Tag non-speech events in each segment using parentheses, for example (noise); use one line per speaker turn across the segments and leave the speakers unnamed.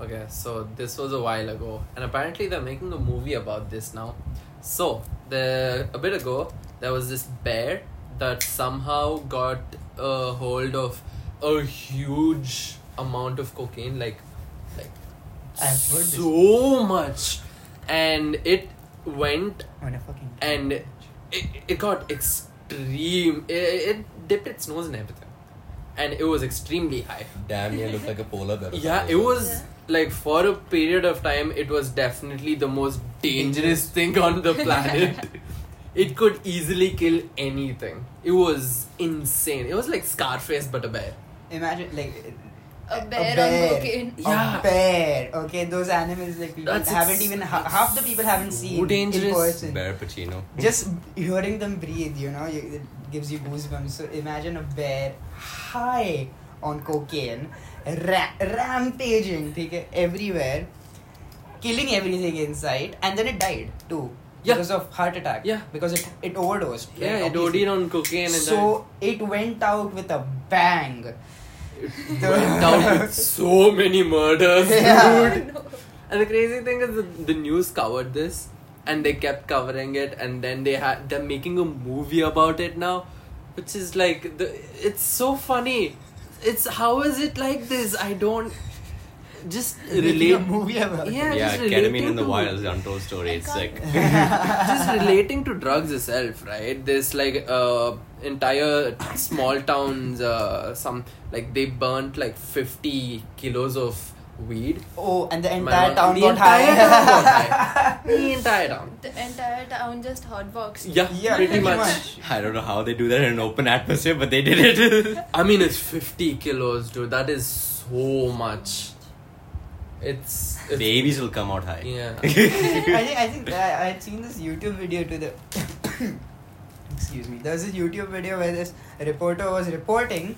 Okay, so this was a while ago, and apparently they're making a movie about this now. So the a bit ago, there was this bear that somehow got a hold of a huge amount of cocaine, like like
I've heard this.
so much, and it went
When I fucking
and it, it got extreme. It, it dipped its nose in everything, and it was extremely high.
Damn, you look like a polar bear.
Yeah, it was like for a period of time, it was definitely the most dangerous thing on (laughs) the planet. it could easily kill anything. It was insane. It was like Scarface but a bear.
imagine like
A bear on cocaine.
Yeah.
A bear. Okay, those animals like people
That's
haven't
ex-
even ha- half the people haven't
so
seen in
dangerous.
person.
Bear Pacino.
Just hearing them breathe, you know, you, it gives you goosebumps. So imagine a bear high on cocaine, ra- rampaging, ठीक है, everywhere, killing everything in sight, and then it died too
Yeah.
because of heart attack.
Yeah.
because it it overdosed. right,
Yeah, it
obviously.
OD'd on cocaine and
(laughs) So it went out with a bang.
died. went down with so many murders,
Yeah.
dude. And the crazy thing is, that the news covered this, and they kept covering it, and then they had they're making a movie about it now, which is like the it's so funny. It's how is it like this? I don't just
(laughs) Making a
relate.
movie about
Yeah,
Yeah,
just
ketamine in
relating
the
to-
wild is untold story. It's
I
sick.
(laughs)
can't-
just relating to drugs itself, right? There's like uh, entire small towns, uh, some like they burnt like fifty kilos of weed.
(laughs) Oh, and the
My
entire
mom-
town
the
got
entire town
high.
got
(laughs)
high. The entire town.
The entire town just hotboxed.
Yeah,
Yeah,
pretty,
pretty
much.
much.
I don't know how they do that in an open atmosphere, but they did it.
I mean, it's fifty kilos, dude. That is so much. (laughs) It's, it's
Babies will come out high. (laughs)
Yeah.
I think I think I, I'd seen this YouTube video to the. (coughs) Excuse me. There was this YouTube video where this reporter was reporting,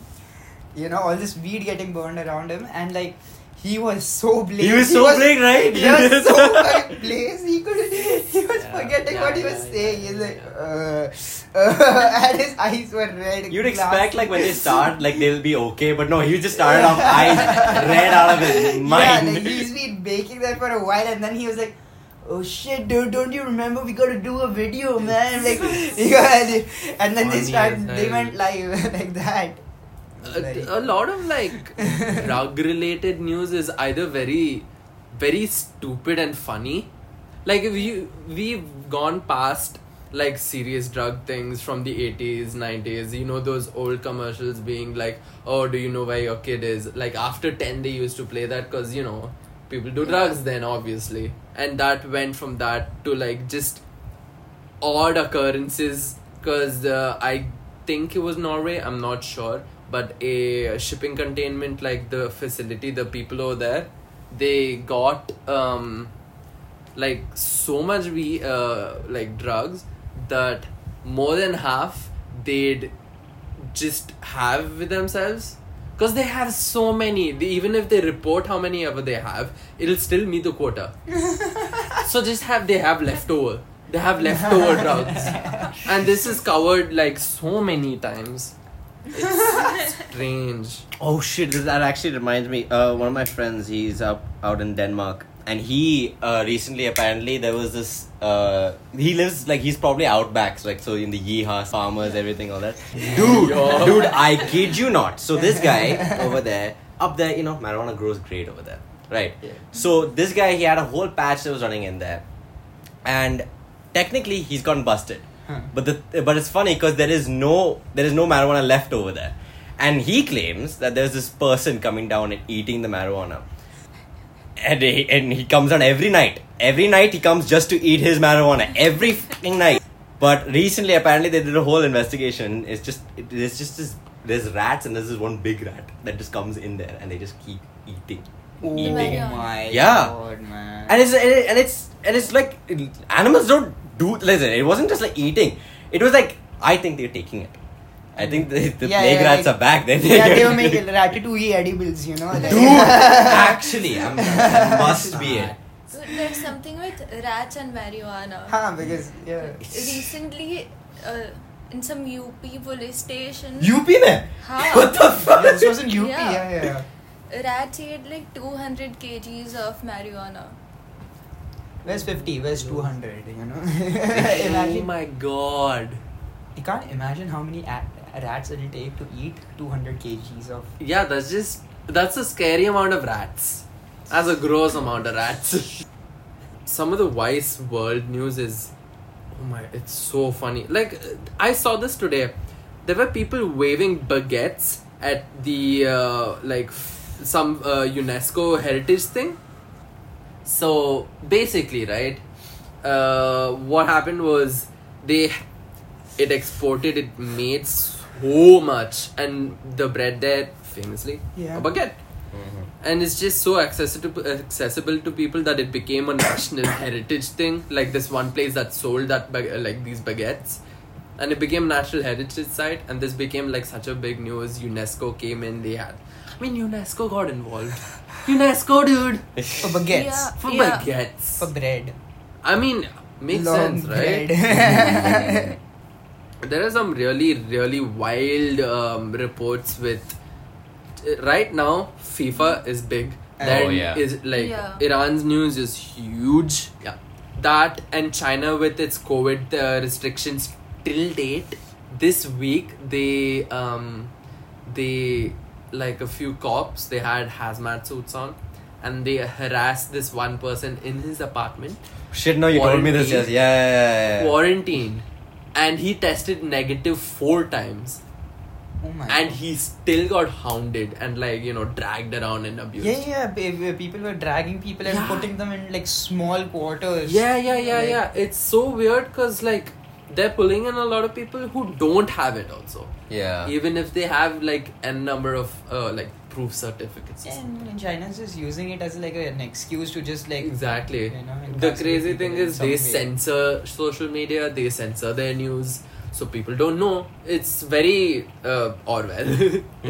you know, all this weed getting burned around him, and like he was so blazed.
He was so blazed, right?
He was so
(laughs)
like, blazed. He couldn't. He was
Yeah,
forgetting
yeah,
what he
yeah,
was
yeah,
saying.
yeah,
He's like,
yeah.
uh, uh, (laughs) and his eyes were red.
You'd
glassy.
expect like when they
(laughs)
start, like they'll be okay, but no, he just started off eyes red out of his mind.
Yeah, like he's been baking that for a while, and then he was like, "Oh shit, dude! Don't you remember we gotta do a video, (laughs) man?" Like, yeah, and then they
Funny
start,
as
they
hell.
went live (laughs) like that. Very-
a, a lot of like drug related news is either very very stupid and funny like if you we've gone past like serious drug things from the 80s 90s you know those old commercials being like oh do you know where your kid is like after 10 they used to play that cuz you know people do drugs then obviously and that went from that to like just odd occurrences because uh, I think it was Norway. I'm not sure, but a shipping containment like the facility, the people over there, they got um, like so much we uh, like drugs that more than half they'd just have with themselves. Because they have so many, they, even if they report how many ever they have, it'll still meet the quota. So just have they have leftover. They have leftover drugs, and this is covered like so many times. It's strange.
Oh shit! this- That actually reminds me. Uh, one of my friends, he's up out in Denmark, and he uh, recently apparently there was this. Uh, he lives like he's probably outbacks, like so in the yeehaws, farmers, everything, all that. Dude,
Yo.
dude, I kid you not. So
(laughs)
this guy over there, up there, you know, marijuana grows great over there, right?
Yeah.
So this guy, he had a whole patch that was running in there, and technically he's gotten busted.
Huh.
But the but it's funny because there is no there is no marijuana left over there, and he claims that there's this person coming down and eating the marijuana, and he, and he comes down every night. Every night he comes just to eat his marijuana every fucking night. But recently, apparently, they did a whole investigation. It's just it, there's just this there's rats and there's this one big rat that just comes in there and they just keep eating.
Oh
Eating.
my
Yeah.
god, man!
And it's and it- and it's and it's like animals don't do listen. It wasn't just like eating. It was like I think they're taking it. I think the, the
Yeah,
plague
yeah,
rats
like-
are back. Then
(laughs) yeah,
(laughs)
they were making ratatouille edibles, you know. like-
Dude,
(laughs)
actually, I'm, that must be it.
So there's something with rats and marijuana.
Huh, because yeah.
Recently, uh, in some UP police station,
UP में
हाँ.
(laughs) What the fuck? (laughs)
This was in UP,
Yeah.
yeah, yeah.
rats ate like 200 kgs of marijuana.
Where's 50? Where's 200? You know? (laughs)
oh
imagine.
my god.
You can't imagine how many a- rats it'll take to eat 200 kgs of.
Yeah, that's just that's a scary amount of rats. That's a gross amount of rats. Some of the Vice World News is oh my, it's so funny. Like uh, I saw this today. There were people waving baguettes at the uh, like f- some uh, UNESCO heritage thing. So basically, right, uh, what happened was they it exported it made so much, and the bread there famously
Yeah.
a baguette, and it's just so accessible accessible to people that it became a national (coughs) heritage thing. Like this one place that sold that bag- like these baguettes. And it became natural heritage site, and this became like such a big news. UNESCO came in; they had, I mean, UNESCO got involved. UNESCO, dude.
For
Oh,
baguettes.
Yeah.
For baguettes.
For bread.
I mean, makes
Long
sense, right?
bread.
(laughs) There are some really, really wild um, reports with. Right now, FIFA is big.
Oh,
That is
yeah.
like
Yeah.
Iran's news is huge. Yeah, that and China with its COVID uh, restrictions till date. This week they um, they like a few cops they had hazmat suits on, and they harassed this one person in his apartment.
Shit, no, you told me this. Yes,
Quarantine.
yeah, yeah, yeah, yeah.
quarantine and he tested negative four times
oh my
and
God.
he still got hounded and like you know dragged around and abused
Yeah, yeah. b- b- People were dragging people and
Yeah.
putting them in like small quarters.
yeah yeah yeah,
Like,
yeah. it's so weird because like they're pulling in a lot of people who don't have it also
Yeah.
even if they have like n number of uh, like proof certificates
And and China's just using it as like an excuse to just like
exactly
You know,
the
incarcerate
crazy
people
thing
in
is
some
they
way.
censor social media they censor their news so people don't know it's very uh, orwell (laughs)
(laughs)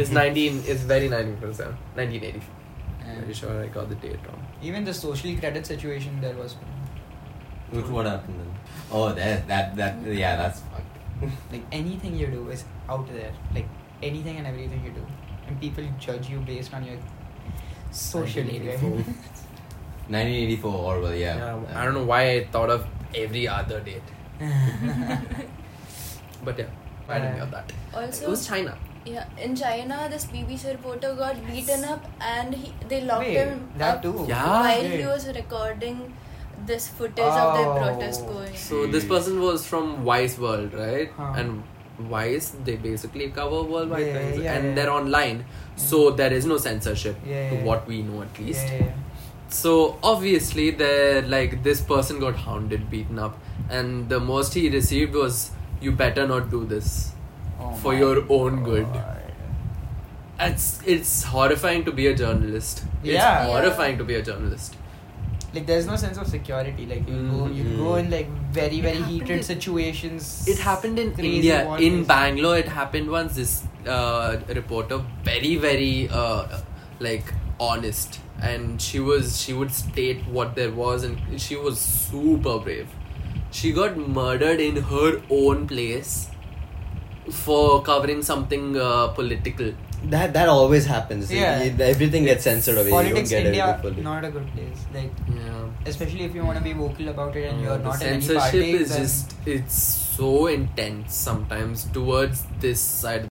it's 19 it's very 1947 1984
Yeah.
Very sure I got the date wrong.
Even the social credit situation there was
Look what happened then. Oh, that, that, that, yeah, that's fucked. (laughs)
like anything you do is out there. Like anything and everything you do, and people judge you based on your social area. (laughs)
1984.
1984 Orwell, yeah.
I don't know why I thought of every other date.
(laughs)
But yeah, I didn't
Yeah.
got that.
Also,
it was China.
yeah, in China, this BBC reporter got beaten up and he, they locked
Wait,
him
that
up
too?
Yeah.
while
Wait.
he was recording this footage of
Oh.
their protest going.
So this person was from Vice World, right?
Hmm. Huh.
And Vice, they basically cover worldwide
Yeah,
things,
yeah,
and
yeah.
they're online, so there is no censorship
Yeah,
to
yeah.
what we know at
Yeah,
least.
yeah, yeah.
So obviously, there like this person got hounded, beaten up, and the most he received was, "You better not do this."
Oh
For
my
your own good.
God.
It's it's horrifying to be a journalist.
Yeah.
It's horrifying to be a journalist.
Like there's no sense of security. Like you go, you
Mhm.
go in like very
It
very
happened
heated
in-
situations.
Mm-hmm. It happened in
Crazy
India.
war
In
days.
Bangalore, it happened once. This uh, reporter, very very uh, like honest, and she was she would state what there was, and she was super brave. She got murdered in her own place for covering something uh, political.
That, that always happens.
Yeah.
It- everything gets censored away. You don't
Politics
get
India
everything fully.
not a good place. Like
Yeah.
especially if you want to be vocal about it and you're
Mm, The
not in
censorship
any party.
is
then-
just it's so intense sometimes towards this side